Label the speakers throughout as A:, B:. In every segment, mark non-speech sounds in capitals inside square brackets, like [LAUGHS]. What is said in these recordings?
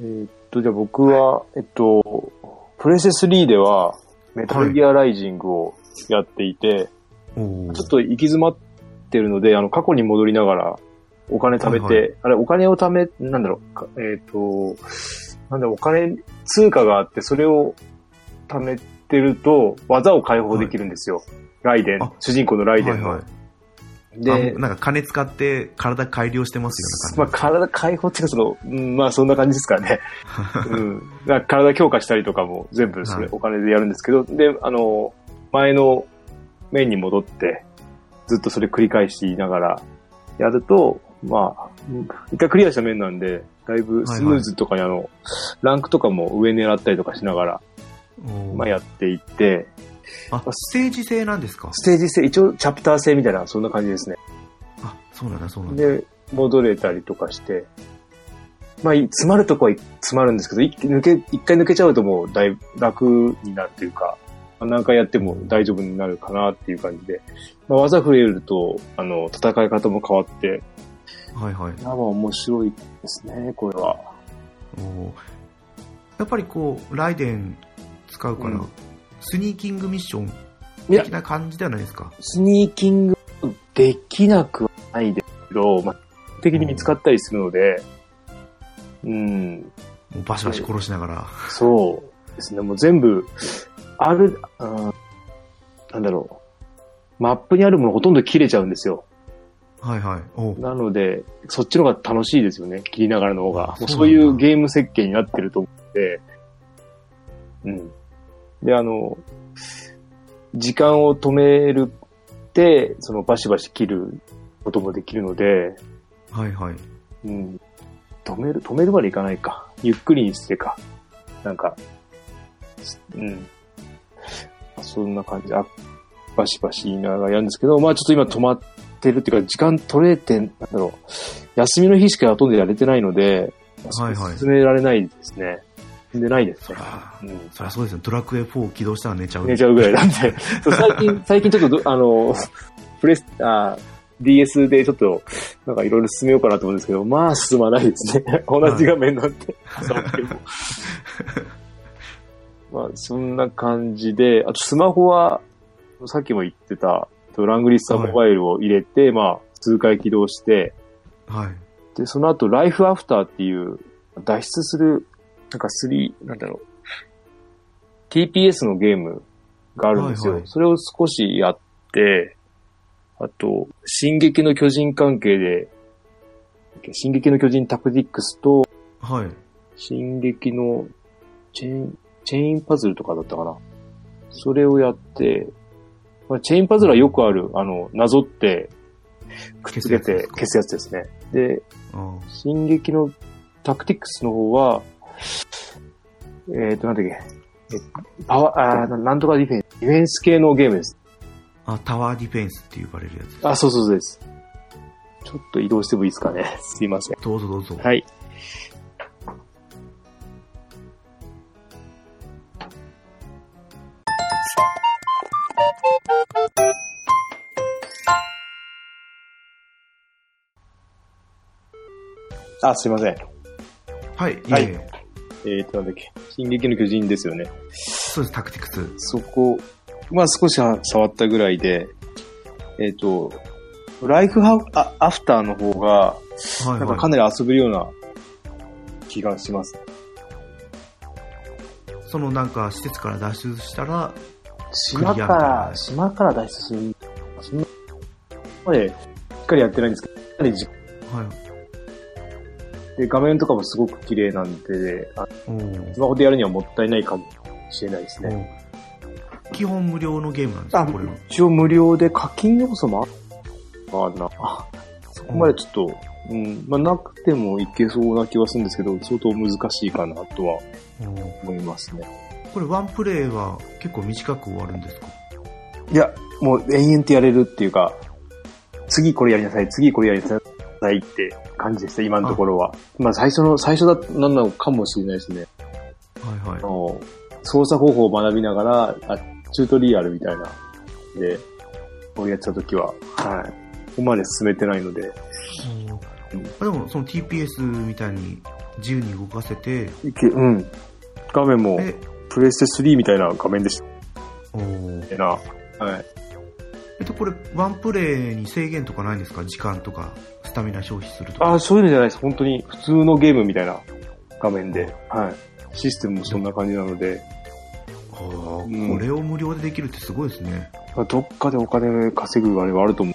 A: えーっと、じゃあ僕は、えっと、プレセス3では、メタルギアライジングをやっていて、
B: おー
A: ちょっと行き詰まってるので、あの、過去に戻りながら、お金貯めて、
B: はいは
A: あれ、お金を貯め、なんだろう、かえっ、と、なんだろう、お金、通貨があって、それを貯めてると、技を解放できるんですよ。ライデン
B: あ、
A: 主人公のライデンの。
B: はいはい
A: で
B: あ、なんか金使って体改良してます
A: ま
B: よ
A: あ、
B: うな
A: 体
B: 感
A: 解放っていうか、その、うんまあ、そんな感じですか
B: [LAUGHS]
A: ね。うん。なんか体強化したりとかも全部それ
B: はい
A: お金でやるんですけど、で、あの、前の面に戻って、ずっとそれ繰り返していながらやると、まあ、うん一回クリアした面なんで、だいぶスムーズとかにあの、ランクとかも上狙ったりとかしながら、
B: じ。おー
A: まあやっていって、
B: あ、ステージ制なんですか
A: ステージ制、一応チャプター制みたいな、そんな感じですね。
B: あ、そうなんだ、そうなんだ。
A: で、戻れたりとかして、まあ、い詰まるとこは詰まるんですけど、一気抜け一回抜けちゃうともうだいぶ楽になるというか、まあ何回やっても大丈夫になるかなっていう感じで、まあ、技増えると、あの、戦い方も変わって、
B: はいはい。
A: まあ面白いですね、これは。
B: おーやっぱりこう、ライデン使うから、
A: うん
B: スニーキングミッション
A: いや
B: 的な感じではないですか。
A: スニーキングできなくはないですけど、まあ、基本的に見つかったりするので、うん、
B: もうバシバシ殺しながら。
A: そうですね、もう全部、ある、あーなんだろう、マップにあるものほとんど切れちゃうんですよ。
B: はいはい。おう
A: なので、そっちの方が楽しいですよね、切りながらの方が
B: あ。
A: もうそ
B: そううなんだ
A: いうゲーム設計になってると思って、うん。で、あの、時間を止めるって、そのバシバシ切ることもできるので、
B: はいはい。
A: うん。止める、止めるまでいかないか。ゆっくりにしてか。なんか、うん。そんな感じ。あ、バシバシ言いながらやるんですけど、まあちょっと今止まってるっていうか、時間取れてん、なんだろう。休みの日しかほとんどやれてないので、
B: はいはい
A: 進められないですね。進んでないですね。
B: あー
A: うん
B: そりゃそうですよ。ドラクエ4を起動したら寝ちゃう。
A: 寝ちゃうぐらい
B: [LAUGHS]
A: なんで、そう最近、最近ちょっとど、あの、プレス、あ DS でちょっと、なんかいろいろ進めようかなと思うんですけど、まあ進まないですね。同じ画面なんて、触っても。 [LAUGHS] まあ、そんな感じで、あとスマホは、さっきも言ってた、ラングリッサーモバイルを入れて、まあ、数回起動して、
B: はい。
A: で、その後、ライフアフターっていう、脱出する、なんか3、なんだろう、TPS のゲームがあるんですよ。
B: はいはい
A: それを少しやって、あと、進撃の巨人関係で、進撃の巨人タクティックスと、
B: はい。
A: 進撃のチェーン、チェーンパズルとかだったかな。それをやって、まあ、チェーンパズルはよくある、あの、なぞって、くっつけて消
B: 消
A: すやつですね。で、
B: あー
A: 進撃のタクティックスの方は、えっ、ー、と、なんだっけ、えパワー、あーななんとかディフェンス、ディフェンス系のゲームです。
B: あ、タワーディフェンスって呼ばれるやつです。
A: あ、そうそうそうです。ちょっと移動してもいいですかね。 [LAUGHS] すいません。
B: どうぞどうぞ。
A: はい。あ、すいません。
B: はい。
A: はい
B: いえいえ
A: えー、と、なんだっけ、進撃の巨人ですよね。
B: そうです、タクティクス。
A: そこ、まあ少しは触ったぐらいで、えっ、と、ライフハウあアフターの方が、
B: はい
A: なんか
B: は
A: かなり遊べるような気がします。
B: い。そのなんか施設から脱出したら、
A: 島か
B: クリアみたい
A: ら、
B: な
A: 島から脱出する。そんなまで、しっかりやってないんですけど、かなりじ
B: はい。
A: で画面とかもすごく綺麗なんで、あ
B: おー
A: スマホでやるにはもったいないかもしれないです
B: お
A: ね。
B: ー基本無料のゲームなんです
A: あ
B: かこれは。
A: 一応無料で課金要素もあるな。あそこまでちょっと、うん、まあなくてもいけそうな気はするんですけど、相当難しいかなとは
B: おー
A: 思いますね。
B: これワンプレイは結構短く終わるんですか
A: いや、もう延々とやれるっていうか、次これやりなさい、次これやりなさいって感じでした、今のところは。まあ最初の、最初だ、なんなのかもしれないですね。
B: はいは
A: あ
B: い。
A: の、操作方法を学びながら、あ、チュートリアルみたいな、で、これやってた時は、はい。ここまで進めてないので、
B: おーあでもその TPS みたいに自由に動かせて、
A: いけうん。画面も、
B: え、
A: プレステ3みたいな画面でした
B: おー
A: ねな。はい。
B: えっと、これ、ワンプレイに制限とかないんですか時間とか、スタミナ消費するとか。
A: ああ、そういうのじゃないです。本当に普通のゲームみたいな画面で。はい。システムもそんな感じなので、
B: あー
A: うん
B: これを無料でできるってすごいですね。
A: まあどっかでお金稼ぐあれはあると思う。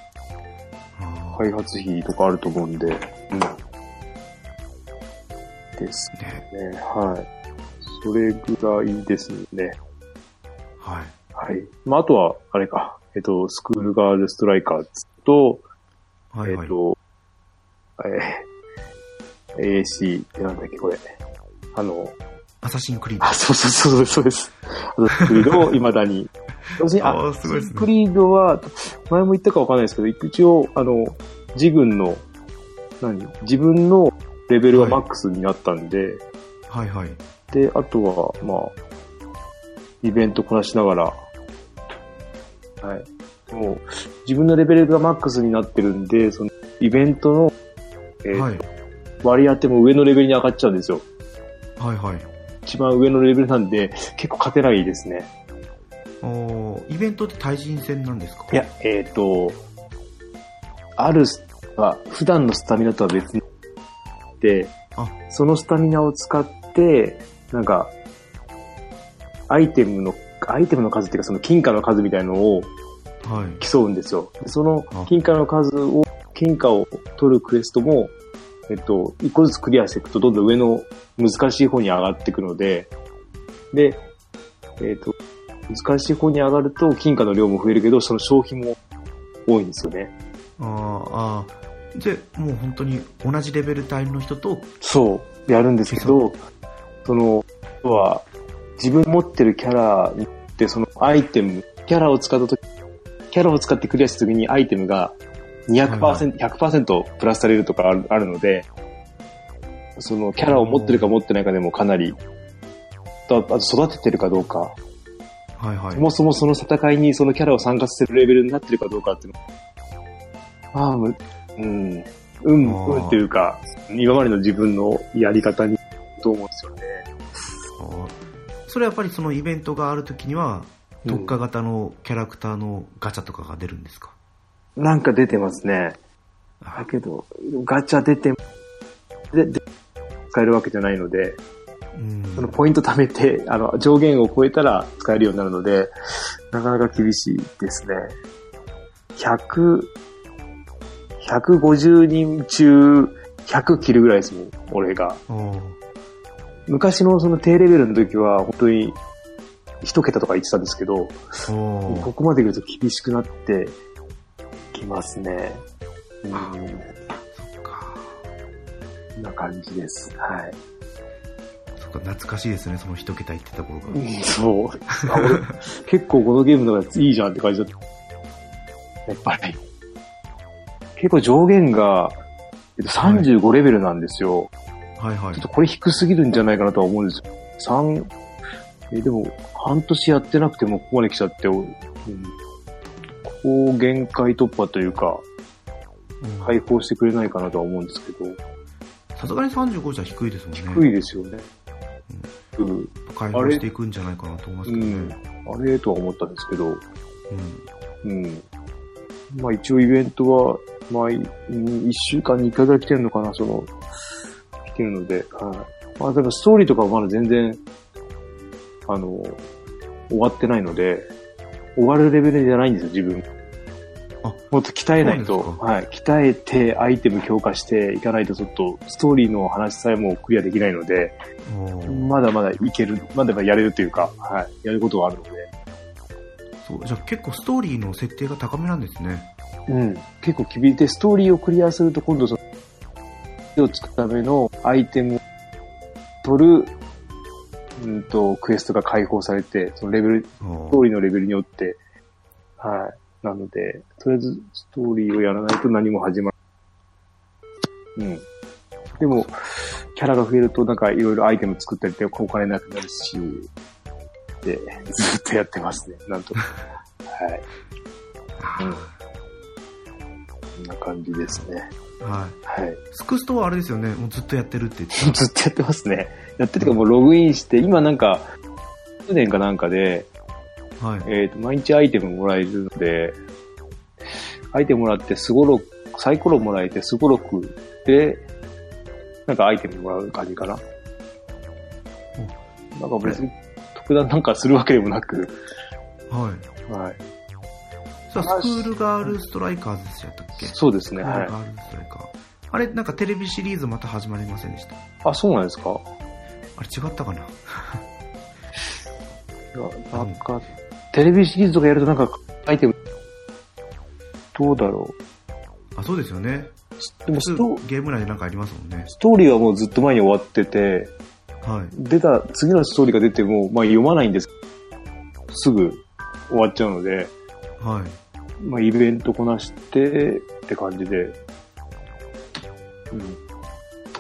B: あー
A: 開発費とかあると思うんで。うん。です
B: ね、
A: ね。はい。それぐらいですね。
B: はい。
A: はい。まあ、あとは、あれか。えっと、スクールガールストライカーズと、
B: はいは
A: えっ
B: い。
A: と、えー、AC ってなんだっけ、これ。あの、
B: アサシンクリード。
A: あ、そうそうそう、そうです。あと、スクリードも未だに。要するに
B: あ
A: あ、
B: ーすごいですね
A: スクリードは、前も言ったかわかんないですけど、一応、あの、自軍の、何自分のレベルはマックスになったんで、
B: はいはい。
A: で、あとは、まあ、イベントこなしながら、はい。もう、自分のレベルがマックスになってるんで、その、イベントの、えー
B: はい。
A: 割り当ても上のレベルに上がっちゃうんですよ。
B: はいはい。
A: 一番上のレベルなんで、結構勝てないですね。
B: おーイベントって対人戦なんですか
A: いや、えっ、と、あるスは、普段のスタミナとは別に、で
B: あ、
A: そのスタミナを使って、なんか、アイテムの、アイテムの数っていうか、その金貨の数みたいのを
B: はい。
A: 競うんですよ。でその
B: あ
A: 金貨の数を、金貨を取るクエストも、えっと、一個ずつクリアしていくと、どんどん上の難しい方に上がっていくので、で、えっと、難しい方に上がると、金貨の量も増えるけど、その消費も多いんですよね。
B: あーあー。で、もう本当に同じレベル帯の人と、
A: そう、やるんですけど、その、あとは、自分持ってるキャラって、そのアイテム、キャラを使ったとき、キャラを使ってクリアしたときにアイテムが200%、
B: はい
A: 100%プラスされるとかあるあるので、そのキャラを持ってるか持ってないかでもかなり、とあと育ててるかどうか、
B: はいはい
A: そ。もそもその戦いにそのキャラを参加させるレベルになってるかどうかっていうのああ、むうん、うん、
B: あー
A: うんっていうか、今までの自分のやり方に、と思うんですよね。
B: あーそれはやっぱりそのイベントがあるときには、特化型のキャラクターのガチャとかが出るんですか、
A: なんか出てますね。
B: あ
A: だけど、ガチャ出て、で、で使えるわけじゃないので、
B: うん
A: そのポイント貯めて、あの、上限を超えたら使えるようになるので、なかなか厳しいですね。100、150人中、100切るぐらいですもん、俺が。
B: おー
A: 昔のその低レベルの時は、本当に、一桁とか言ってたんですけど、
B: おー
A: ここまで来ると厳しくなってきますね。うん
B: そっか。
A: そんな感じです。は
B: そっか、懐かしいですね、その一桁言ってた頃が。
A: い。そう。あ俺結構このゲームのやついいじゃんって感じだった。やっぱり。結構上限が、えっと、35レベルなんですよ。
B: はいは
A: ちょっ
B: い
A: と。これ低すぎるんじゃないかなとは思うんですよ。三え、でも、半年やってなくてもここまで来ちゃって、おうん、ここを限界突破というか、
B: うん
A: 解放してくれないかなとは思うんですけど、
B: さすがに35じゃ低いですもんね。
A: 低いですよね。うん。
B: 解放していくんじゃないかなと思います
A: う
B: けどね。
A: ん。あれとは思ったんですけど、
B: うん
A: うん。まあ一応イベントは、毎、うん一週間に一回ぐらい来てるのかな、その、来てるので、はい。まあでもストーリーとかはまだ全然、あの、終わってないので、終わるレベルじゃないんですよ、自分。
B: あ
A: もっと鍛えないと、
B: そう
A: はい。鍛えて、アイテム強化していかないと、ちょっと、ストーリーの話さえもクリアできないので、
B: おー
A: まだまだいける、まだまだやれるというか、はい。やることはあるので、
B: そうじゃあ結構ストーリーの設定が高めなんですね。
A: うん、結構厳しい。で、ストーリーをクリアすると、今度その、手をつくためのアイテムを取る、うんと、クエストが解放されて、そのレベル、
B: お
A: ストー
B: ー
A: リーのレベルによって、はい。なので、とりあえずストーリーをやらないと何も始まらない。うん。でも、キャラが増えると、なんかいろいろアイテム作ったりってお金なくなるし、で、ずっとやってますね。なんとか。はい。
B: あー
A: こんな感じですね。
B: はい。
A: はい。
B: スクストはあれですよね。もうずっとやってるって言って
A: [LAUGHS] ずっとやってますね。やっててかもうログインして、今なんか、1年かなんかで、
B: た。はい。
A: えっ、と、毎日アイテムもらえるので、アイテムもらって、すごろく、サイコロもらえて、すごろくで、なんかアイテムもらう感じかな。なんか別に特段なんかするわけでもなく、
B: はい。
A: はい。
B: さあ、スクールガールストライカーズでしたっけス
A: そうです
B: ク
A: ね、
B: ー
A: は
B: ル
A: い。
B: ガールストライカー。あれ、なんかテレビシリーズまた始まりませんでした。
A: あ、そうなんですか
B: あれ違ったかな
A: なんか、テレビシリーズとかやるとなんか、アイテム、どうだろ
B: あ、そうですよね。
A: う。でも
B: 普
A: ス
B: 通
A: ト、
B: ゲーム内でなんかありますもんね。
A: ストーリーはもうずっと前に終わってて、
B: はい。
A: 出た、次のストーリーが出ても、まあ読まないんです。すぐ終わっちゃうので、
B: はい。
A: まあイベントこなしてって感じで。うん、
B: で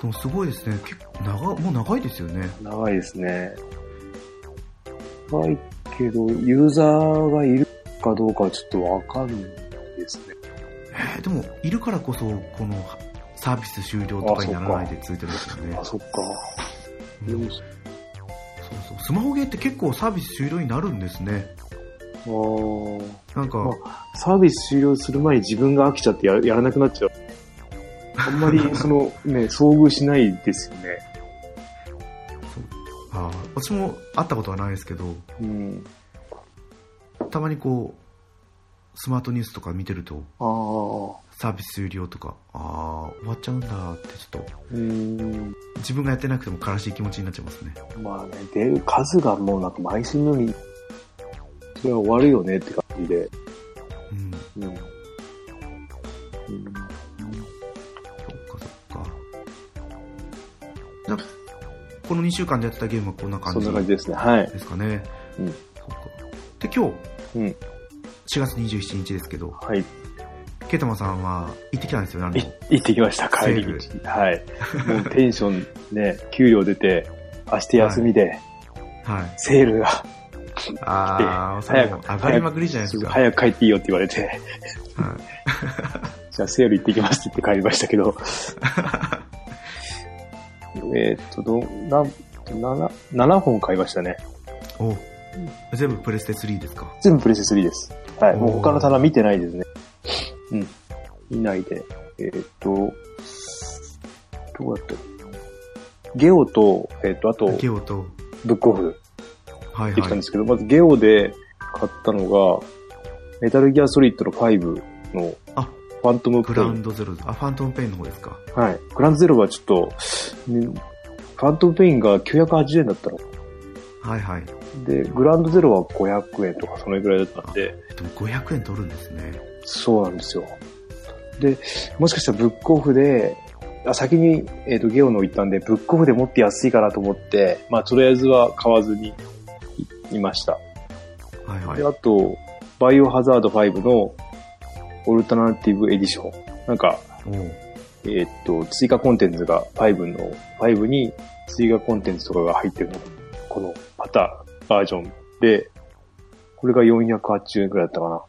B: もすごいですね。結構長、もう長いですよね。
A: 長いですね。長いけど、ユーザーがいるかどうかはちょっとわかんないですね。
B: えーでも、いるからこそ、このサービス終了とかにならないでついてるんですよね
A: あ、。そっか。
B: う
A: で
B: ん
A: も
B: そうそう。スマホゲーって結構サービス終了になるんですね。
A: そあ
B: なんか、
A: まーサービス終了する前に自分が飽きちゃってややらなくなっちゃう。あんま [LAUGHS] り、その、ね、遭遇しないですよね。
B: あー私も会ったことはないですけど、
A: うん。
B: たまにこう、スマートニュースとか見てると、
A: ああ。
B: サービス終了とか、ああ、終わっちゃうんだってちょっと、
A: うーん
B: 自分がやってなくても悲しい気持ちになっちゃいますね。
A: まあね、出る数がもうなんか毎週のように、それは終わるよねって感じで。
B: うん。
A: うん。うん、
B: そっかそっか。じゃあこの2週間でやってたゲームはこんな感
A: そん
B: じ
A: な感じですね。はい。
B: ですかね。
A: うん
B: そっか。で、今日、
A: うん
B: 4月27日ですけど、
A: はい。
B: ケイタマさんは行ってきたんですよね、
A: い行ってきました、帰り
B: セ
A: 道。はい。もうテンションね、給料出て、明日休みで、
B: あの、はい。
A: セールが、
B: ああ、それ
A: 早く
B: もう上がりまくりじゃないですす
A: ぐ
B: か。
A: 早く帰っていいよって言われて、 [LAUGHS]
B: はい
A: じゃあセール行ってきますって言って帰りましたけど。えーっと、どん、なん、7、7本買いましたね。
B: お全部プレステ3ですか
A: 全部プレステ3です。はい。もう
B: おー
A: 他の棚見てないですね。うん。見ないで。えーっと、どうやってゲオと、えーっと、あと、
B: ゲオと、
A: ブックオフ
B: はい
A: できた
B: は
A: ん
B: い
A: で。すけど、まずゲオで買ったのが、メタルギアソリッドの5の
B: あ、
A: ファントム
B: グ
A: ペ
B: ラ
A: イ
B: ウン
A: ン。
B: ドゼロ、あ、ファントムペインの方ですか。
A: はい。グランドゼロはちょっと、ねファントムペインが980円だったの。
B: はいはい。
A: で、グランドゼロは500円とかそのぐらいだったんで、
B: でも500円取るんですね。
A: そうなんですよ。で、もしかしたらブックオフで、あ先に、えー、とゲオの行ったんで、ブックオフでもっと安いかなと思って、まあ、とりあえずは買わずにいいました。
B: はいはい
A: で、。あと、バイオハザード5のオルタナティブエディション。なんか、
B: おう
A: えっ、と、追加コンテンツが5の、5に追加コンテンツとかが入ってるの。このパターン、バージョンで、これが480円くらいだったかな。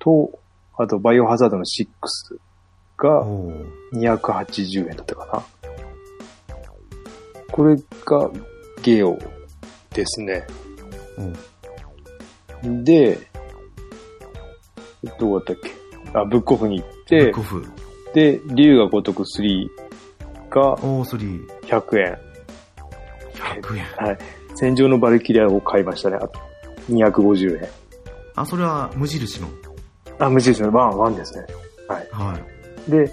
A: と、あと、バイオハザードの6が
B: おう
A: 280円だったかな。これがゲオですね。
B: おう
A: で、どうだったっけあ、ブックオフに行っ
B: ブッ
A: て
B: クオ、フ。
A: で、竜が如く3が
B: おう、それ、100
A: 100円。
B: 円。
A: はい。戦場のバルキリアを買いましたね。あと、250円。
B: あ、それは無印の。
A: あ、無印のワン、ワンですね。
B: はい。
A: で、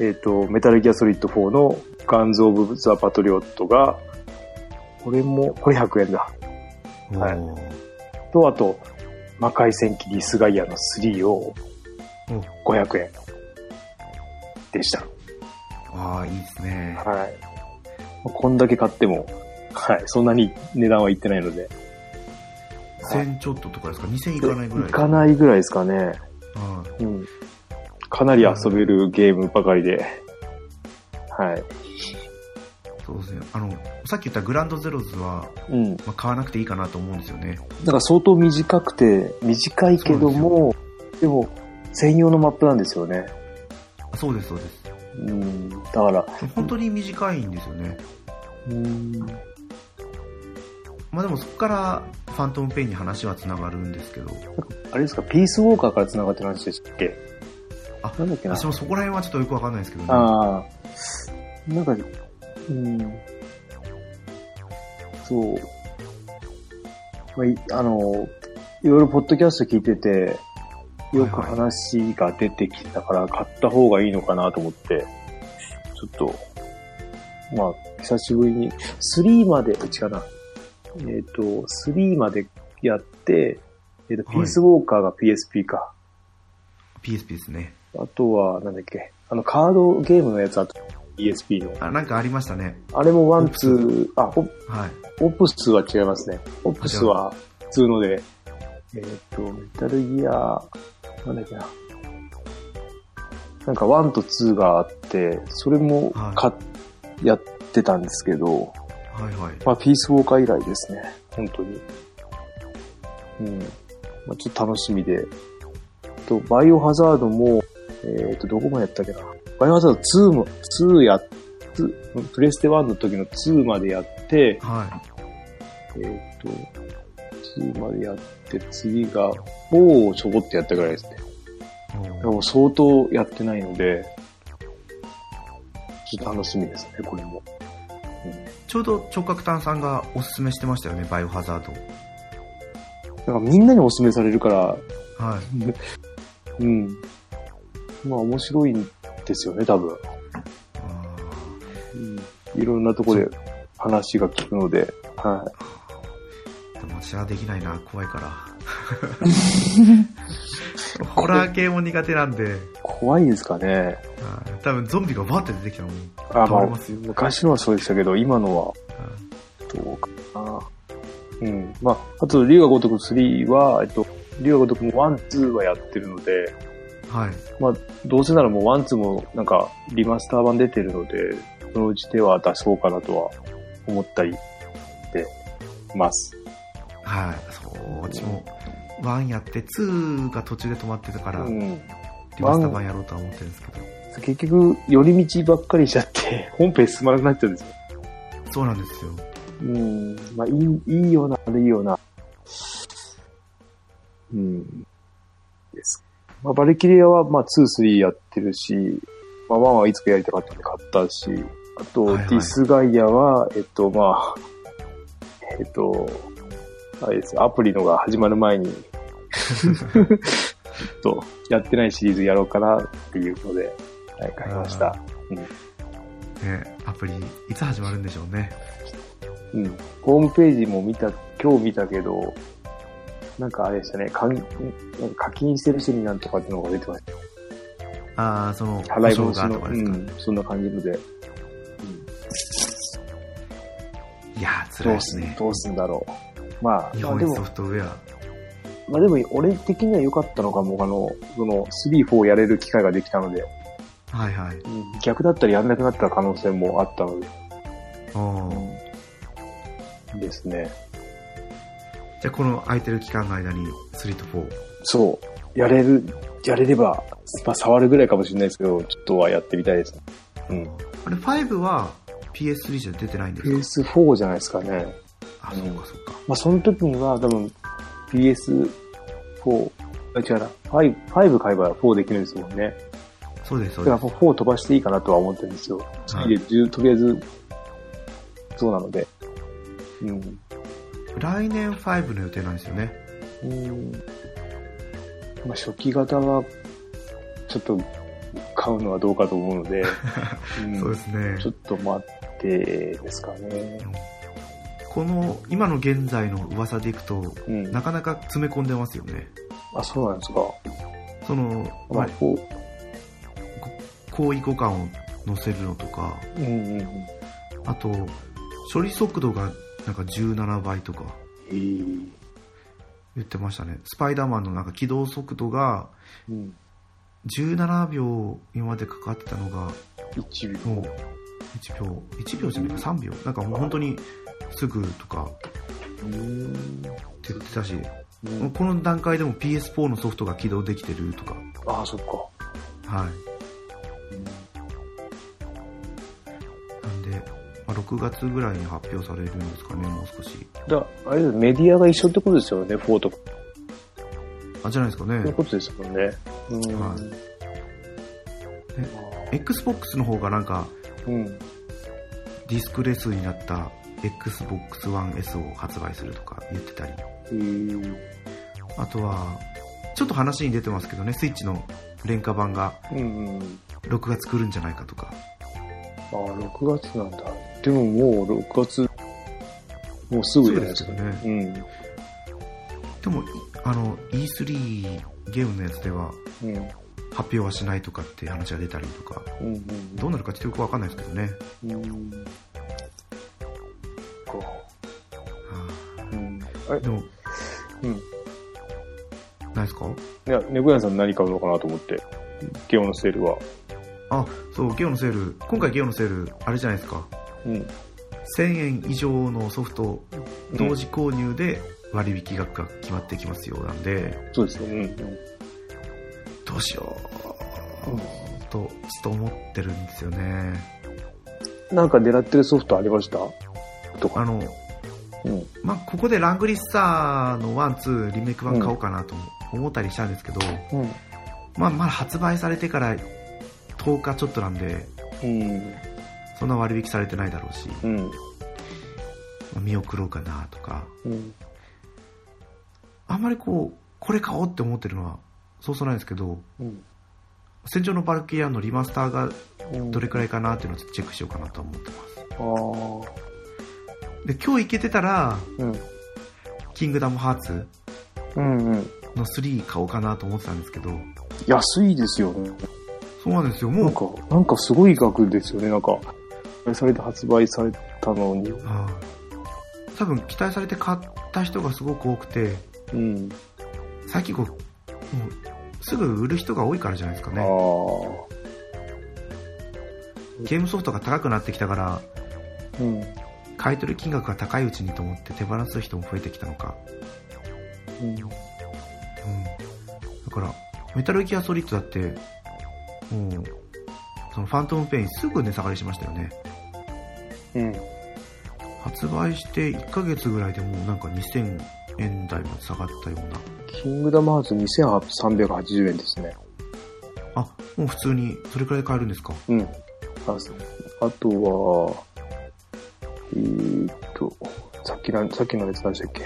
A: えっ、と、メタルギアソリッド4のガンズ・オブ・ザ・パトリオットが、これも、これ100円だ。
B: おう、
A: はいと、あと、魔界戦記リスガイアの3を
B: うん
A: 500円でした。
B: ああ、いいですね。
A: はい。こんだけ買っても、はい、そんなに値段はいってないので。
B: 1000ちょっととかですか ?2000 いかないぐらい。
A: いかないぐらいですかね。
B: は
A: うん。かなり遊べるゲームばかりで。はい。
B: い。そうですね。あの、さっき言ったグランドゼロズは、
A: うん。
B: まあ、買わなくていいかなと思うんですよね。
A: だから相当短くて、短いけども、でも、専用のマップなんですよね。
B: あそうです、そうです。
A: うん、だから、
B: 本当に短いんですよね。
A: うん、
B: まあでもそこからファントムペインに話はつながるんですけど、
A: あれですか、ピースウォーカーから繋がってる話でしたっけ
B: あ
A: なんだっけな。
B: 私もそこら辺はちょっとよくわかんないですけどね。
A: ああ、なんか、うん、そう。まあい、あの、いろいろポッドキャスト聞いてて、よく
B: はい
A: 話が出てきたから買った方がいいのかなと思って、ちょっと、まあ、久しぶりに、3まで、違うな。えっ、と、3までやって、えっ、と、
B: はい
A: ピースウォーカーが PSP か。
B: PSP ですね。
A: あとは、なんだっけ、あの、カードゲームのやつあと ESP の。
B: あ、なんかありましたね。
A: あれもワン、ツー、あ、オ
B: はい。
A: オプスは違いますね。オプスは普通ので、えーっと、メタルギア、なんだっけな。なんか1と2があって、それも
B: はい
A: 買っ、やってたんですけど、
B: はいはい。
A: まあ、ピースウォーカー以来ですね。本当に。うん。まあ、ちょっと楽しみで。と、バイオハザードも、えっ、と、どこまでやったっけな。バイオハザード2も、2や、2プレステ1の時の2までやって、
B: は
A: えっ、と、2までやって、次が4をちょこっとやったぐらいですね。
B: い。
A: で
B: おー
A: も相当やってないので、ちょっと楽しみですね、これも。
B: ちょうど聴覚炭さんがおすすめしてましたよね、バイオハザ
A: う
B: ー
A: ん、なんかみんなにお勧めされるから、
B: ド。はい。
A: うん。まあ面白いんですよね、多分。
B: あ
A: いろんなとこで話が聞くので、は
B: ーでも私はできないな、怖い
A: [LAUGHS]
B: から。ホラー系も苦手なんで、
A: い。怖いですかね。
B: はい多分ゾンビがバーって出てきたのに、
A: あ、ま
B: 倒れ
A: あ
B: ま、すよ。
A: 昔のはそうでしたけど、今の
B: はい
A: はどうかな。うん。まあ、あと、竜が如く3は、えっと、竜が如くも1、2はやってるので、
B: はい。
A: まあ、どうせならもう1、2もなんか、リマスター版出てるので、そのうち手は出そうかなとは思ったりしてます。
B: はい。そう、うちも、1やって、2が途中で止まってたから、
A: う
B: リ
A: ん。
B: マスター版やろうとは思ってるんですけど。
A: 結局、寄り道ばっかりしちゃって、 [LAUGHS] 本編進まなくなっちゃうんですよ。
B: そうなんです
A: [LAUGHS]
B: よ。
A: うん。まあ、いい、いいような、悪いような。うん。です。まあ、バルキリアは、まあ、2、3やってるし、まあ、1はいつかやりたかったんで買ったし、あと、
B: はいはい
A: ディスガイアは、えっと、まあ、えっと、あれです、アプリのが始まる前に、ちょっと、やってないシリーズやろうかなっていうので、はい、買いました。
B: ね、アプリ、いつ始まるんでしょうね。
A: うん。ホームページも見た、今日見たけど、なんかあれでしたね、かんなんか課金してる人になんとかってのが出てました。
B: ああ、その、
A: 払い
B: 保
A: 戻
B: 証
A: し
B: が
A: の
B: と、か
A: う
B: ですか。
A: ん、そんな感じので。うん
B: いやー、辛い
A: ど
B: で
A: う
B: す
A: す
B: ね。
A: どうすんだろう。まあ、
B: 日
A: まあ
B: 本
A: で
B: 一ソ
A: も、
B: フトウェア。
A: まあでも、俺的には良かったのが、もうあの、その、3、4やれる機会ができたので、
B: はいはい。
A: うん逆だったらやんなくなった可能性もあったので、
B: おー
A: ですね。
B: じゃあ、この空いてる期間の間に、3と4。
A: そう。やれる、やれれば、まあ、触るぐらいかもしれないですけど、ちょっとはやってみたいですね。うん。
B: あれ、5は PS3 じゃ出てないんですか、
A: PS4 じゃないですかね。
B: あ、そうかそうか。
A: まあ、その時には多分 PS4、あ、違うな、5、5買えば4できるんですもんね。
B: そうです、そ
A: だ
B: う
A: か
B: で
A: ら
B: す。
A: もう4飛ばしていいかなとは思ってるんですよ。
B: はい
A: いいでじゅとりあえず、そうなので。うん。
B: 来年5の予定なんですよね。
A: うん。まあ、初期型は、ちょっと、買うのはどうかと思うの
B: [LAUGHS]
A: で、うん
B: そうですね。
A: ちょっと待ってですかね。
B: この、今の現在の噂でいくと、
A: うん
B: な。かなか詰め込んでますよね。
A: あ、そうなんですか。
B: その、
A: ま
B: ま
A: あ、
B: あ、
A: こ
B: 高位互換を乗せるのとか、
A: う、うんうんうん。
B: あと、処理速度がなんか17倍とか
A: えー
B: 言ってましたね。スパイダーマンのなんか起動速度が
A: うん。
B: 17秒今までかかってたのが、
A: 1秒。
B: もう1秒、1秒じゃないか3秒。なんかもう本当にすぐとか
A: うん
B: って言ってたし、
A: うん
B: もうこの段階でも PS4 のソフトが起動できてるとか、
A: ああ、そっか。
B: はい。まあ、6月ぐらいに発表されるんですかね、もう少し。
A: だあれですメディアが一緒ってことですよね、4とか。
B: あ、じゃないですか
A: そういう
B: ね。
A: ことですもんね。うん。
B: はい Xbox の方がなんか、
A: うん。
B: ディスクレスになった Xbox One S を発売するとか言ってたり、
A: えー
B: あとは、ちょっと話に出てますけどね、スイッチの廉価版が
A: うんうん。
B: 6月来るんじゃないかとか。
A: ああ、6月なんだ。でももう6月、もうすぐじゃないですか
B: そうです
A: ね。
B: でも、いあの、E3 ゲームのやつでは
A: うん。うん。
B: 発表はしないとかっていう話が出たりとか、
A: うん
B: どうなるかちょっとよくわかんないですけどね。
A: うん。うん。こ
B: は
A: う。うん。あれ
B: あでも、
A: うん。
B: ないですか
A: いや、猫屋さん何買うのかなと思って。ゲオのセールは。
B: あ、そう、ゲオのセール、今回ゲオのセール、あれじゃないですか。
A: うん。
B: 1000円以上のソフト同時購入で割引額が決まってきますようなんで、
A: そうですね。うん。
B: どうしよ
A: うん
B: うと、ちょっと思ってるんですよね。
A: なんか狙ってるソフトありましたと
B: あ
A: か。
B: の、
A: うん。
B: まあ、ここでラングリッサーのワン、ツー、リメイク版買おうかなと思ったりしたんですけど、
A: うん。
B: まあ、まだ発売されてから10日ちょっとなんで、
A: うん。
B: そんな割引されてないだろうし、
A: うん。
B: まあ見送ろうかなとか、
A: うん。
B: あんまりこう、これ買おうって思ってるのは、そうそうないですけど、
A: うん。
B: 戦場のバルキリアのリマスターが
A: うん
B: どれくらいかなっていうのをちょっとチェックしようかなと思ってます。
A: ああ。
B: で、今日行けてたら、
A: うん。
B: キングダムハーツ
A: うんうん。
B: の3買おうかなと思ってたんですけど、
A: 安いですよね。
B: そうなんですよ、
A: な
B: も
A: ん
B: う、
A: か、なんかすごい額ですよね。なんか、それで発売されたのに。
B: あー多分期待されて買った人がすごく多くて、
A: うん。
B: 最近こう、もうすぐ売る人が多いからじゃないですか
A: ああ。
B: ね。ゲームソフトが高くなってきたから、
A: うん。
B: 買い取る金額が高いうちにと思って手放す人も増えてきたのか。
A: うん
B: うん。だから、メタルギアソリッドだって、もう、そのファントムペインすぐ値下がりしましたよね。
A: うん。
B: 発売して1ヶ月ぐらいでもうなんか2000円台まで下がったような。
A: キングダムハーツ2380円ですね。
B: あ、もう普通にそれくらいで買えるんですか。
A: うん。あそうあとは、えーっと、さっきなん、さっきのやつ何でしたっけ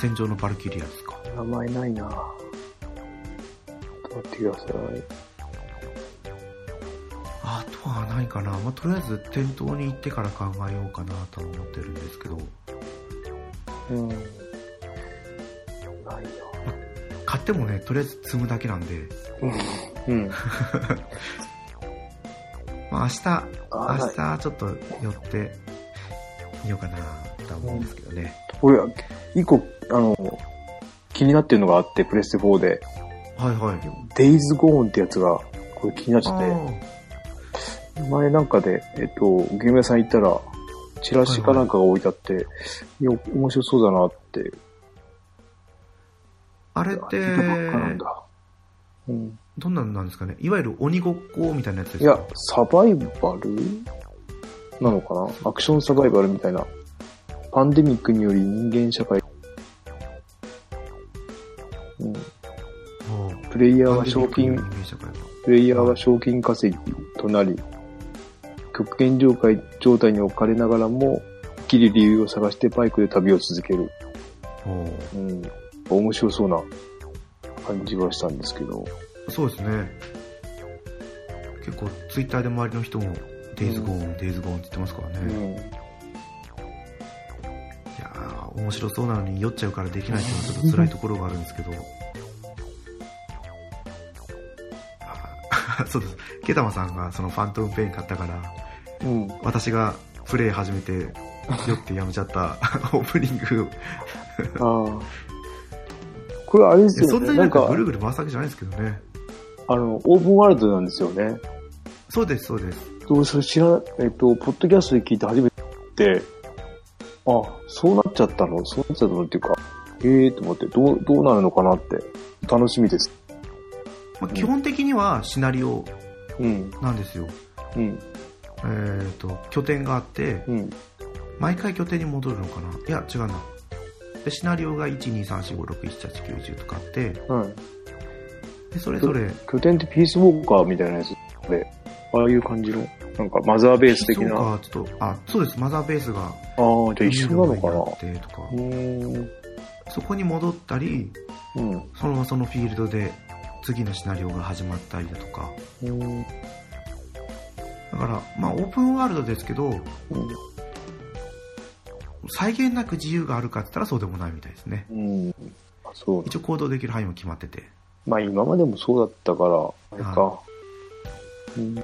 B: 戦場のバルキリアですか。
A: 名前ないなちょっと待ってください。
B: あとはないかな。まあ、とりあえず店頭に行ってから考えようかなとは思ってるんですけど、
A: うん。ないな
B: 買ってもね、とりあえず積むだけなんで、
A: うん。
B: まあ、明日、
A: あ
B: 明
A: はい
B: 日ちょっと寄ってみようかなとは思うんですけどね。
A: 俺、一個、あの、気になってるのがあって、プレステ4で、
B: はいはい。
A: デイズゴーンってやつが、これ気になっちゃ
B: あ
A: っ
B: ー
A: て、前なんかで、えっと、ゲーム屋さん行ったら、チラシかなんかが置いてあって、いや、面白そうだなって、
B: あれっ
A: 聞いたばっかなん
B: て、
A: だ。うん、
B: どんなんなんですかねいわゆる鬼ごっこみたいなやつで
A: い
B: すか
A: や、サバイバルなのかなアクションサバイバルみたいな。パンデミックにより人間社会。うん、
B: もう
A: プレイヤーは賞金
B: パンデミックのイメージだから
A: プレイヤーは賞金稼ぎとなり、極限状態状態に置かれながらも、生きる理由を探してバイクで旅を続ける。
B: おー
A: うん。面白そうな感じはしたんですけど。
B: そうですね。結構ツイッターで周りの人も、デイズゴーン、デイズゴーンって言ってますからね。
A: う
B: い
A: ん。
B: やー、面白そうなのに酔っちゃうからできないっていうのはちょっと辛いところがあるんですけど。あー [LAUGHS] そうです。ケタマさんがそのファントムペイン買ったから、
A: うん。
B: 私がプレイ始めて、酔ってやめちゃった [LAUGHS] オープニング。
A: ああ。これあれです
B: そ
A: よ
B: ん
A: ね。
B: なに
A: な
B: なんんか
A: か
B: ぐ、るぐる回すわけじゃないですけどね。
A: あの、オープンワールドなんですよね。
B: そうです、そうです。
A: 俺それ知らな、えっと、ポッドキャストで聞いて初めて、あ、そうなっちゃったのそうなっちゃったのっていうか、ええー、と思って、どう、どうなるのかなって、楽しみです。
B: まあ、基本的にはシナリオ
A: うん。
B: なんですよ。
A: うん。
B: えー、と拠点があって
A: うん。
B: 毎回拠点に戻るのかないや違うなでシナリオが12345678910とかあって
A: はい。
B: でそれぞれ
A: 拠点ってピースウォーカーみたいなやつで、ああいう感じの、なんかマザーベース的な。あ
B: そうかちょっとあそうですマザーベースが
A: あー、じゃあ一緒なのか
B: あっ
A: な。
B: てとか
A: うーん。
B: そこに戻ったり
A: うん。う
B: そのままそのフィールドで次のシナリオが始まったりだとか
A: ーん。
B: だからまあオープンワールドですけど際限なく自由があるかって言ったらそうでもないみたいですね
A: うん。あそう。
B: 一応行動できる範囲も決まってて
A: まあ今までもそうだったから、あれか。うん。
B: で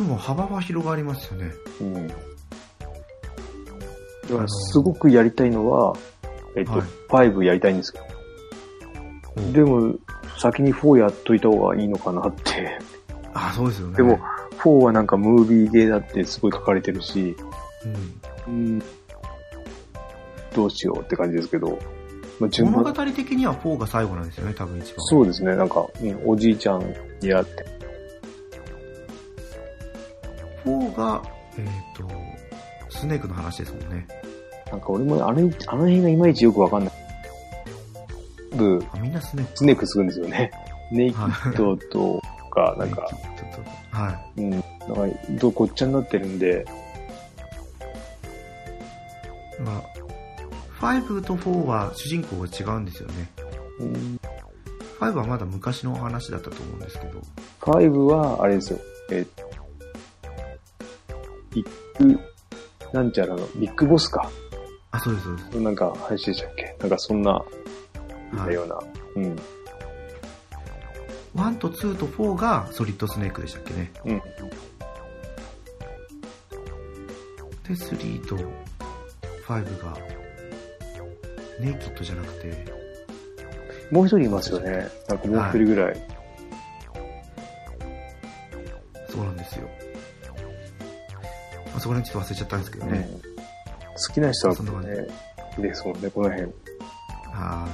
B: も幅は広がりますよね
A: うん。だからすごくやりたいのは、えっと、
B: はい
A: 5やりたいんですけ
B: う
A: ど。
B: ん
A: でも、先に4やっといた方がいいのかなって。 [LAUGHS]
B: あそうですよね
A: でも、4はなんかムービーゲーだってすごい書かれてるし、
B: うん、
A: うん、どうしようって感じですけど、まあ、順
B: 物
A: 番、
B: 語的には4が最後なんですよね多分一番
A: そうですね、なんか、うん、おじいちゃんに会って、
B: 4がえっ、とスネークの話ですもんね
A: なんか俺もあれ、あの辺がいまいちよくわかんない。部、
B: あみんなスネーク
A: スネークするんですよね。ネイキ
B: はい
A: [LAUGHS] ッドとか、なんか、
B: ちょっとはい
A: うん、なんか、どうごっちゃになってるんで、
B: まあ5と4は主人公が違うんですよね
A: うん、
B: 5はまだ昔のお話だったと思うんですけど
A: 5は、あれですよ、えービッグ、なんちゃらの、ビッグボスか。
B: あそうですそうです
A: なんか、話でしたっけなんか、そんな、
B: はい
A: ような。うん。
B: 1と2と4がソリッドスネークでしたっけね
A: うん。
B: で3と5がネイキッドじゃなくて
A: もう一人いますよね。なんかもう一人ぐらい。
B: そうなんですよ、まあ、そこら辺ちょっと忘れちゃったんですけどね、
A: うん好きな人は
B: そんな感じ
A: ね、いいですもんね、この辺。やっ
B: あ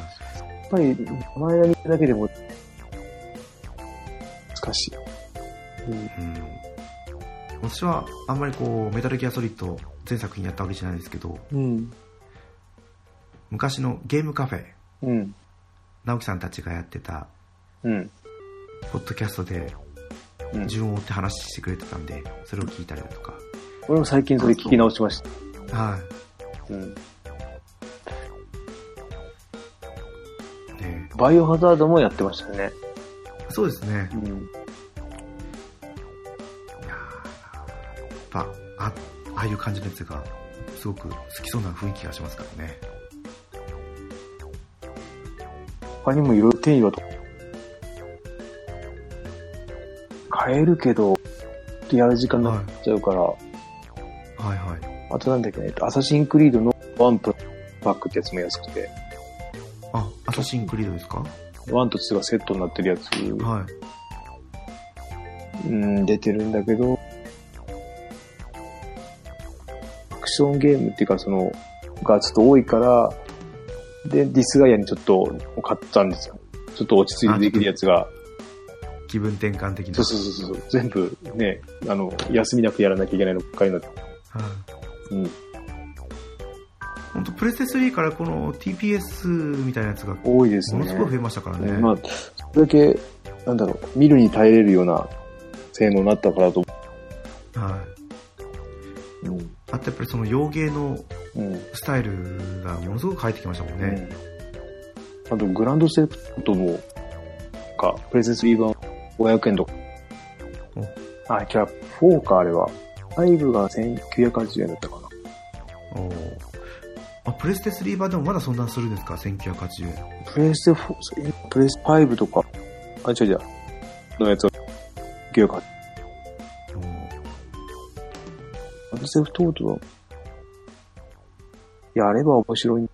A: ぱり、前が見ただけでも、難しい。うん。
B: あうん私はあんまりこうメタルギアソリッド全作品やったわけじゃないですけど
A: うん。
B: 昔のゲームカフェ
A: うん。
B: 直樹さんたちがやってた
A: うん。
B: ポッドキャストで
A: うん
B: 順を追って話してくれてたんでそれを聞いたりだとか
A: 俺も最近それ聞き直しました。
B: は
A: うん。
B: い、ね、
A: バイオハザードもやってましたね。
B: そうですね
A: うん。
B: いやーやっぱあああいう感じのやつがすごく好きそうな雰囲気がしますからね
A: 他にもいろいろ定義はと。変えるけど、やる時間になっちゃうから、
B: はいはい
A: あとなんだっけ、えっとアサシンクリードのワンとパックってやつも安くて、
B: あアサシンクリードですか
A: ワンとツーがセットになってるやつ、
B: はい
A: うん、出てるんだけど、アクションゲームっていうか、その、がちょっと多いから、で、ディスガイアにちょっと買ったんですよ。ちょっと落ち着いてできるやつが、
B: 気分転換的な
A: そうそうそうそう、全部ね、あの、休みなくやらなきゃいけないのばっかりになって、
B: はい
A: うん、
B: 本当プレステ3からこの TPS みたいなやつがも
A: 多いですね。
B: のすごい増えましたからね
A: まあ、それだけ、なんだろう、見るに耐えれるような性能になったからと思
B: はい、
A: う。うん
B: あとやっぱりその洋芸の
A: うん。
B: スタイルがものすごく変えてきましたもんね、
A: うん。あと、グランドセプトも、なんか、プレゼンス3版500円とか。あ、じゃあ、4か、あれは。5が1980円だったかな。
B: おーあプレステ3版でもまだそんなするんですか1980円
A: プレステ4、プレステ5とか、あ、違う違う、のやつは、980円。
B: おー
A: グランドセプト4とは、やれば面白い。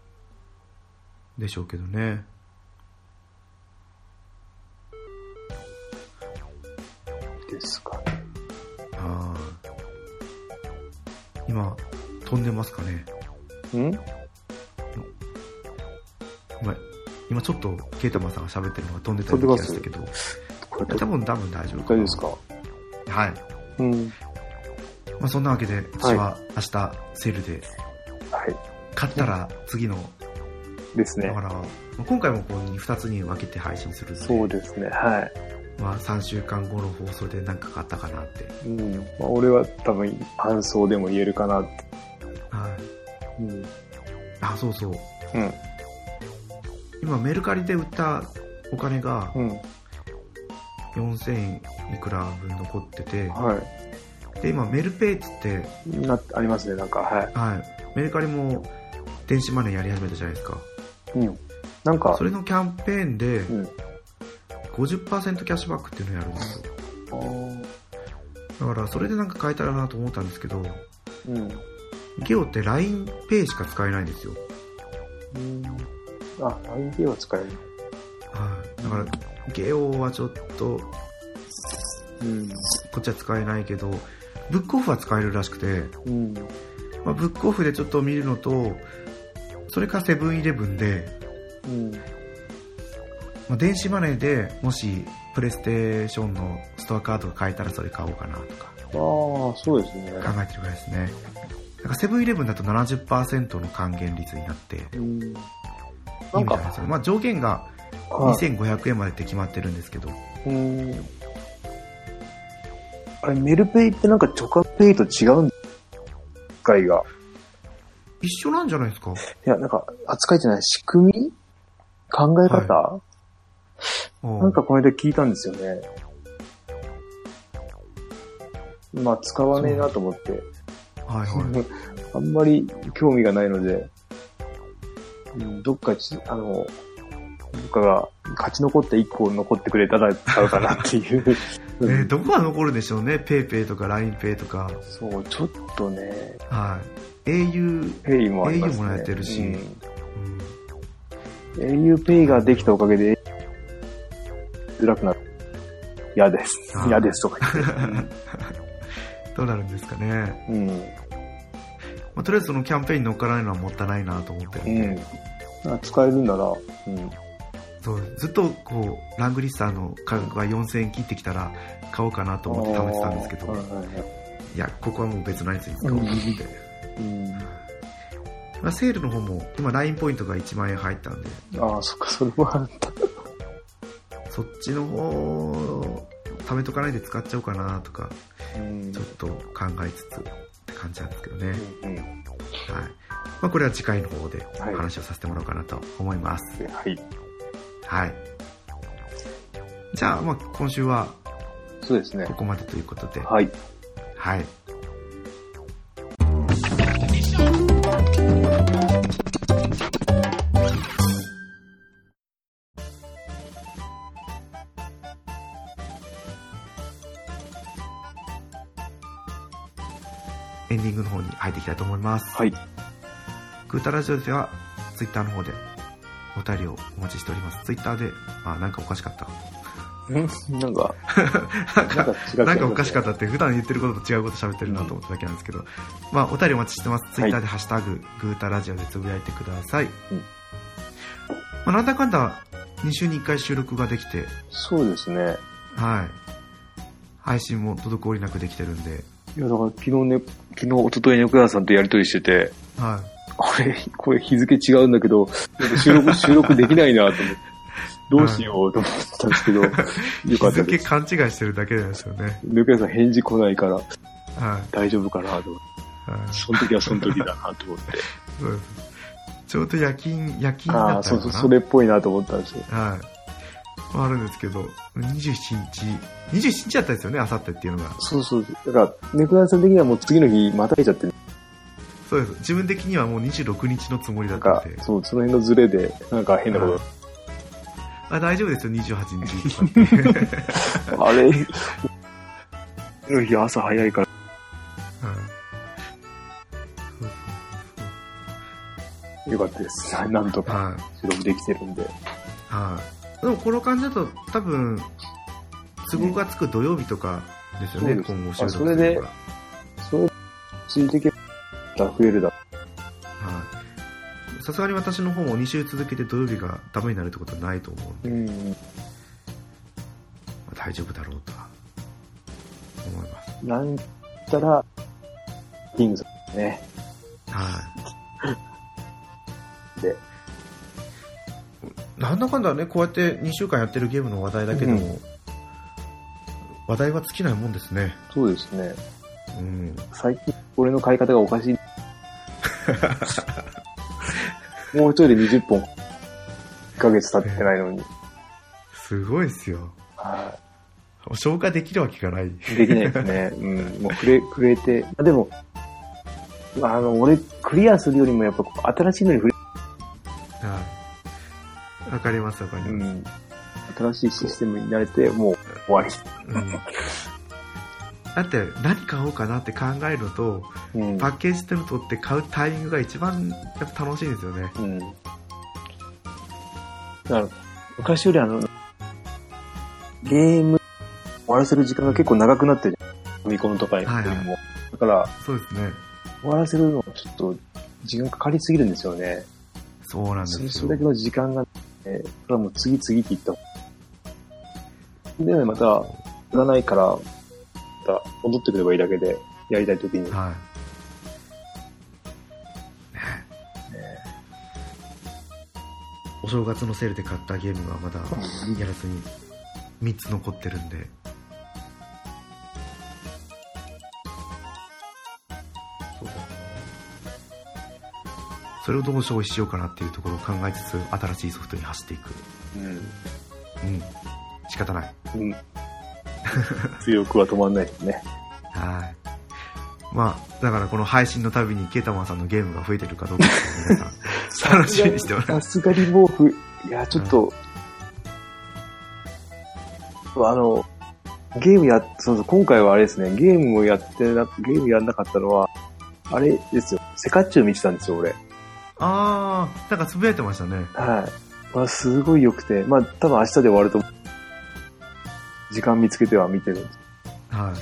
B: でしょうけどね
A: ですかね。
B: はい今飛んでますかね
A: ん
B: 今今ちょっとケイタマンさんが喋ってるのが飛んでたような気がしたけど
A: これ
B: 多分多分大丈夫
A: 大丈夫ですか
B: はい
A: うん。
B: まあ、そんなわけで、私は明日セールで、
A: はい。
B: 買ったら次の、
A: です
B: だ
A: ね
B: か。ら、まあ今回もこう2つに分けて配信するんで
A: そうですね。は
B: まあ、3週間後の放送で何か買ったかなって。
A: い。うん。まあ、俺は多分、感想でも言えるかなって。
B: はい。
A: うん。
B: あ、そうそう。
A: うん。
B: 今、メルカリで売ったお金が
A: うん。
B: 4000いくら分残ってて、
A: は
B: で、今、メルペイっつって、
A: い。な、ありますね、なんか、はい。
B: はい。メルカリも電子マネーやり始めたじゃないですか。
A: うん。なんか
B: そ、れのキャンペーンで
A: うん。
B: 50%キャッシュバックっていうのをやるんですよ。
A: あー
B: だから、それでなんか買えたらなと思ったんですけど、
A: うん。
B: ゲオって LINEPay しか使えないんですよ。
A: うんあ、LINE ペイは使える。
B: はい。だから、ゲオはちょっと、
A: うん。
B: こっちは使えないけど、ブックオフは使えるらしくて、
A: うん。
B: まあ、ブックオフでちょっと見るのと、それかセブンイレブンで、
A: うん。
B: まあ、電子マネーでもしプレイステーションのストアカードが買えたらそれ買おうかなとか
A: ああ、そうですね。
B: 考えてるぐらいですね。なんかセブンイレブンだと70%の還元率になって、いいみ
A: うん。な
B: た
A: ん
B: いなんで
A: か、
B: すよ。まあ上限が
A: はい
B: 2500円までって決まってるんですけど、
A: うん。あれ、メルペイってなんか直感ペイと違うん扱いが。
B: 一緒なんじゃない
A: [LAUGHS]
B: ですか
A: いや、なんか、扱いじゃない、仕組み考え方、
B: な
A: なんか、この間聞いたんですよね。まあ、使わねえなと思って。
B: はいは
A: あんまり興味がないので、うんどっかち、あの、どっかが勝ち残って1個残ってくれたら使うかなっていう。
B: [LAUGHS] い。えーどこが残るんでしょうね。ペイペイとか LINEPay とか。
A: そう、ちょっとね、
B: はい。au、
A: ペイもありますね。
B: au もやってるし
A: うん
B: うん、 [LAUGHS]
A: au ペイができたおかげで、辛くなる。嫌です
B: あ。ー
A: 嫌ですとか言っ
B: どうなるんですかね。
A: て。うん。
B: まあ、とりあえずそのキャンペーンに乗っからないのはもったいないなと思ってる
A: うんん。
B: で、
A: あ使えるなら、うん。
B: そうずっとこう、ラングリッサーの価格が4000円切ってきたら買おうかなと思って試してたんですけど、
A: はいはいはい
B: や、ここはもう別のやつに使おうと思って。
A: いうん。
B: [LAUGHS] まあ、セールの方も、今 LINE ポイントが1万円入ったんで、
A: ああ、そっか、それもあった。
B: そっちの方、貯めとかないで使っちゃおうかなとか、
A: うん
B: ちょっと考えつつって感じなんですけどね。はい。
A: うん。
B: まあ、これは次回の方でお
A: はい
B: 話をさせてもらおうかなと思います。
A: はい。
B: はい。じゃあ、まあ、今週は
A: そうですね
B: こ。こまでということで、は
A: はい。
B: い。エンディングの方に入っていきたいと思います。
A: はい。
B: グータラジオでは、ツイッターの方で、お便りをお待ちしております。ツイッターで、あ、なんかおかしかった。
A: なんか、
B: なん
A: なん
B: か
A: か違う。
B: なんかおかしかったって普段言ってることと違うこと喋ってるなと思っただけなんですけど、まあお便りお待ちしてます。ツイッターでハッシュタグ、グータラジオでつぶやいてください。
A: うん
B: まあなんだかんだ2週に1回収録ができて、
A: そうですね。
B: はい。配信も滞りなくできてるんで、
A: いや、だから昨日ね、昨日、一昨日猫屋さんとやりとりしてて、
B: は
A: あれ、これ日付違うんだけど、なんか収録、収録できないなと思って、どうしようと思ってたんですけど、よ
B: い。
A: か
B: 日
A: った
B: 付
A: です。
B: 勘違いしてるだけなんですよね。
A: 猫屋さん返事来ないから
B: は
A: 大丈夫かなと思って、
B: い。はい、
A: その時はその時だなと思って。
B: そうです。ちょうど夜勤、夜勤
A: あ
B: だ
A: あ、
B: った
A: そ
B: の
A: うそ
B: か
A: う、
B: な
A: それっぽいなと思ったんですよ。
B: はい。まああるんですけど、27日、27日だったんですよね、あさってっていうのが。
A: そうそう。だから、猫屋さん的にはもう次の日またいちゃって、
B: そうです。自分的にはもう26日のつもり
A: な
B: だ
A: ん
B: った
A: か
B: んで、。
A: そう、その辺のズレで、なんか変なこと
B: あ大丈夫ですよ、28日とか
A: [LAUGHS]
B: って。
A: あれ、の日朝早いから。
B: うん
A: よかったです。はいなんとか
B: はい。
A: 収録できてるんで。
B: はい。でもこの感じだと多分、都合がつく土曜日とかですよ
A: そ
B: ね、
A: うです
B: 今後収録
A: あそれです
B: るのが
A: そういう、ついてけたら増えるだ。
B: はい。さすがに私の方も2週続けて土曜日がダメになるってことはないと思うんで、
A: ん。
B: まあ大丈夫だろうとは思います。
A: なんたら、キングさんね。
B: はい。
A: で、
B: なんだかんだね、こうやって2週間やってるゲームの話題だけでも、
A: う
B: 話題は尽きないもんですね。
A: そうですね。
B: うん。
A: 最近、俺の買い方がおかし
B: [LAUGHS]
A: い。もう一人で20本、1ヶ月経ってないのに。
B: すごいですよ。
A: は
B: 消化できるわけがない。
A: い。できないです
B: [LAUGHS]
A: ね。うん。もうくれ、くれて。あでも、まああの、俺、クリアするよりもやっぱ、新しいのに触れ、
B: はい。わかります、わかり
A: う
B: ます。
A: ん。新しいシステムに慣れて、もう終わり。
B: うんだって、何買おうかなって考えるのと、
A: うん。
B: パッケージ手に取って買うタイミングが一番やっぱ楽しいんですよね。
A: うん。だから、昔よりあの、ゲーム終わらせる時間が結構長くなってるじゃん。ファミコンとかに
B: はいはい
A: も。だから、
B: そうですね。
A: 終わらせるのはちょっと、時間かかりすぎるんですよね。
B: そうなんです
A: そ
B: よ。
A: れそれだけの時間が、ね、それはもう次々って言った方が。で、また、売らないから、また戻ってくればいいだけで、やりたいときに。
B: はい。ねお正月のセールで買ったゲームがまだやらずに3つ残ってるんで。そうだなそれをどう消費しようかなっていうところを考えつつ新しいソフトに走っていく。
A: う
B: うん。仕方ない。
A: ん。うん。強くは止まんないですね。
B: はい。まあ、だからこの配信のたびにケータマンさんのゲームが増えてるかどうかっていうのを皆さん、楽しみにしておりま
A: さすがに毛布、いや、ちょっと、あの、ゲームや、そうそう、今回はあれですね、ゲームをやってな、ゲームやんなかったのは、あれですよ、セカッチュウ見てたんですよ、俺。
B: ああ、なんかつぶやいてましたね。
A: はい。まあ、すごい良くて、まあ、多分明日で終わると思う時間見つけては見てるんで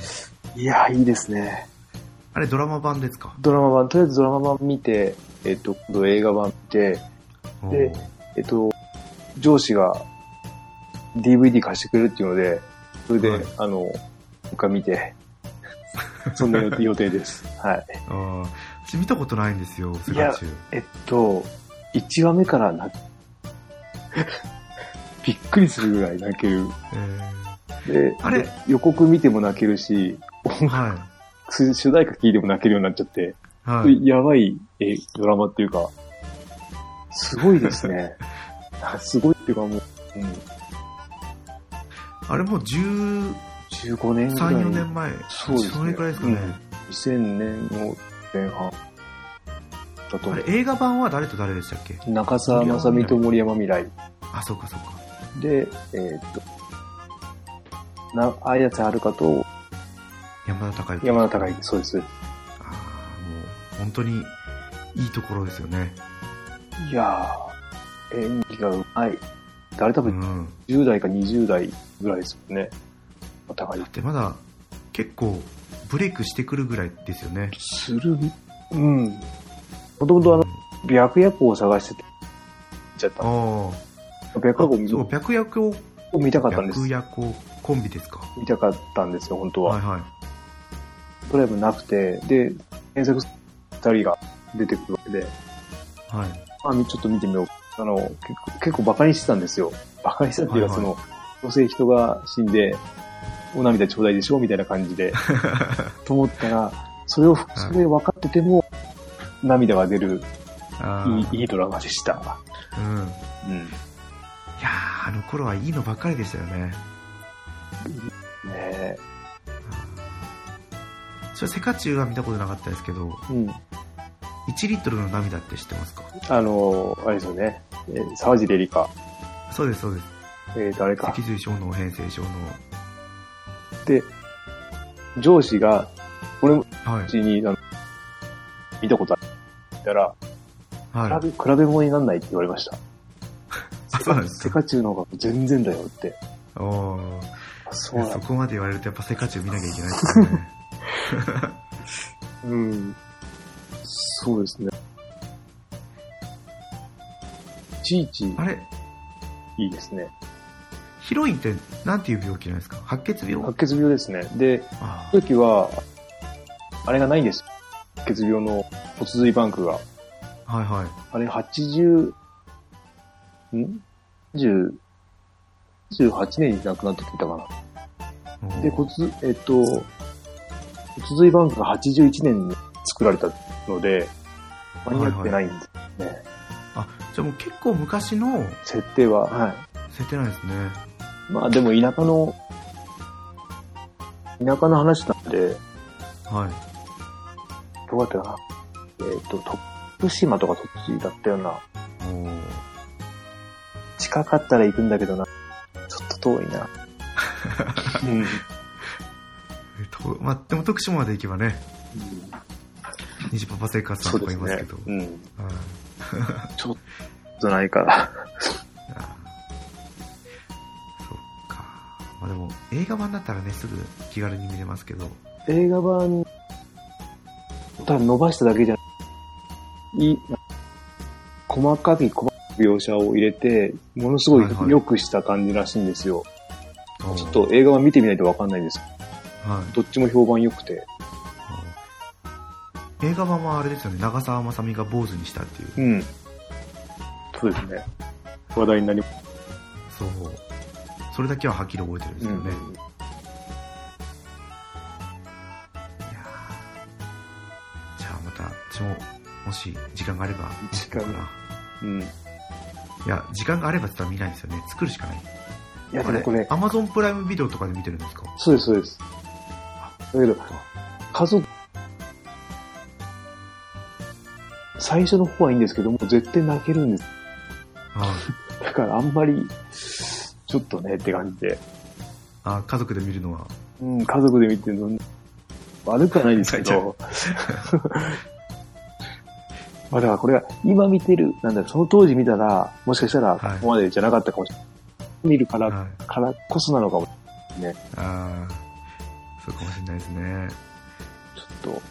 A: す。
B: はい。
A: いや、いいですね。
B: あれドラマ版ですか
A: ドラマ版、とりあえずドラマ版見て、えっと、今度映画版見て、
B: お
A: で
B: ー
A: えっと、上司が DVD 貸してくれるっていうので、それで、
B: はい
A: あの、もう一回見て、そんな予定予定です。 [LAUGHS] はい。
B: あー私見たことないんですよ、ス
A: いや
B: ガチュウ
A: えっと、1話目からな、 [LAUGHS] びっくりするぐらい泣ける。
B: え
A: で、
B: あれ
A: 予告見ても泣けるし、 [LAUGHS]
B: ー、は
A: 主主題歌聴いても泣けるようになっちゃって、
B: い。はい。
A: やばいえドラマっていうか、すごいです
B: [LAUGHS]
A: ね。すごいっていうかもう、うん、
B: あれもう13、
A: 15年ぐらい。
B: 4年前。
A: そうですね
B: それくらいですかね。
A: 2000年の前半だと
B: あ、れ映画版は誰と誰でしたっけ
A: 中澤まさみと森山未来
B: あ、そうかそうか。
A: で、えーっと、な、綾瀬はるかと
B: 山田孝之。
A: 山田孝之、そうです。い
B: ああ、もう本当にいいところですよね。
A: やー、演技がうまい。あれ多
B: う
A: 分
B: ん。
A: 10代か20代ぐらいですよね。お互い
B: だっ。てまだ結構ブレイクしてくるぐらいですよね。
A: するうん。もともとあの、白夜行を探してて、行っちゃった。
B: ああ。
A: 白夜
B: そ
A: 行
B: う、白夜行、
A: を見たかったんです。
B: 白夜行コンビですか。
A: 見たかったんですよ、本当は。
B: はいはい。
A: トライブなくて、で、検索二人が出てくるわけで、
B: はい。
A: まあ、ちょっと見てみよう。あの、結構、結構バカにしてたんですよ。バカにしたっていうか、
B: は
A: そ
B: いはい
A: の、女性人が死んで、お涙ちょうだいでしょみたいな感じ
B: [LAUGHS]
A: で、と思ったら、それを、それ分かってても、涙が出る、
B: あー
A: いい、いいドラマでした。
B: うん。い
A: うん。
B: やー、あの頃はいいのばっかりでしたよね。
A: ねえ。
B: それ、セカチュウは見たことなかったですけど、
A: うん。
B: 1リットルの涙って知ってますか
A: あの、あれですよね。えー沢尻エリカ。
B: そうです、そうです。
A: えーと、あれか
B: 脊。髄小脳、変性小脳。
A: で、上司が、俺も、
B: は
A: う
B: い。
A: ちに、あの、見たことある。たら、
B: はい。
A: 比べ、比べ物にならないって言われました。
B: あ、そうなんです
A: セ
B: か。
A: カチュウの方が全然だよって。
B: おー
A: そ
B: いう
A: な
B: や
A: ん
B: そ
A: だ。
B: こまで言われるとやっぱセカチュウ見なきゃいけないです
A: [LAUGHS]
B: よね。
A: うん。そうですね。いちいち
B: あれ
A: いいですね。
B: ヒロインってなんていう病気なんですか白血病
A: 白血病ですね。で、
B: あ
A: その時は、あれがないんです。白血病の骨髄バンクが。
B: あ、はいはい。
A: あれ、80、ん ?10、18年に亡くなってきたか
B: お
A: な。
B: ー
A: で、骨、えっと、骨髄バンクが81年に作られたので、間に合ってないんですね。
B: あ、じゃあもう結構昔の
A: 設定は。はい。
B: 設定なんですね。
A: まあでも田舎の、田舎の話なんで、
B: はい。
A: どうだったかな。えっ、と、徳島とかそっちだったような。
B: おー
A: 近かったら行くんだけどな。ちょっと遠いな。 [LAUGHS] うん
B: えっと、まあ、でも徳島まで行けばね、西パパ生活さん
A: そう
B: と
A: で
B: かい
A: す
B: ますけ
A: ね
B: ど。。
A: うん。
B: はい
A: ちょっとないから。
B: あーそっか。まあでも、映画版だったらね、すぐ気軽に見れますけど。
A: 映画版、ただ伸ばしただけじゃない、い細かい細かい描写を入れて、ものすごい
B: はいはい
A: 良くした感じらしいんですよ。
B: ちょ
A: ちょっ。と映画版見てみないとわかんないです。
B: はい。
A: どっちも評判良くて。
B: うん映画版はあれですよね、長澤まさみが坊主にしたっていう。
A: うん。そうですね。話題になりま
B: そう。それだけははっきり覚えてるんです
A: す
B: よ
A: よ
B: ね。
A: ね。
B: いやーじゃあまた、私も、もし時間があれば、
A: 時間が
B: な。
A: うん。い
B: いや、時間があればって言ったら見ないですよね。作るしかない。
A: や、でもこれ、
B: アマゾンプライムビデオとかで見てるんですか
A: そうです、そうです。だけど、家族、最初の方はいいんですけども、絶対泣けるんです。
B: はい。
A: だからあんまり、ちょっとねって感じで。
B: あ、家族で見るのは。
A: うん、家族で見てるの、悪くはないですけど。 [LAUGHS] まあだからこれは今見てる、なんだろうその当時見たら、もしかしたらこ
B: はい
A: こまでじゃなかったかもしれない。見るから、
B: はい。
A: からこそなのかも、
B: ああ、そうかもしれないですね。
A: ちょっと、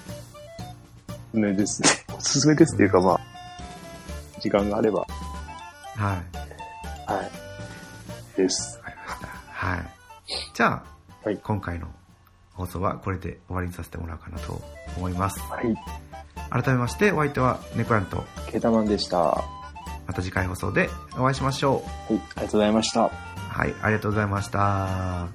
A: おすすめですね。 [LAUGHS] おすすめですっていうかまあ、時間があれば、
B: はい。わか
A: はい。です。
B: りました。はい。じゃあ、
A: はい
B: 今回の放送はこれで終わりにさせてもらおうかなと思います。
A: はい。
B: 改めまして、お相手は猫やんと、
A: ケータマンでした。は
B: また次回放送でお会いしましょう。
A: い。ありがとうございました。
B: はい、ありがとうございました。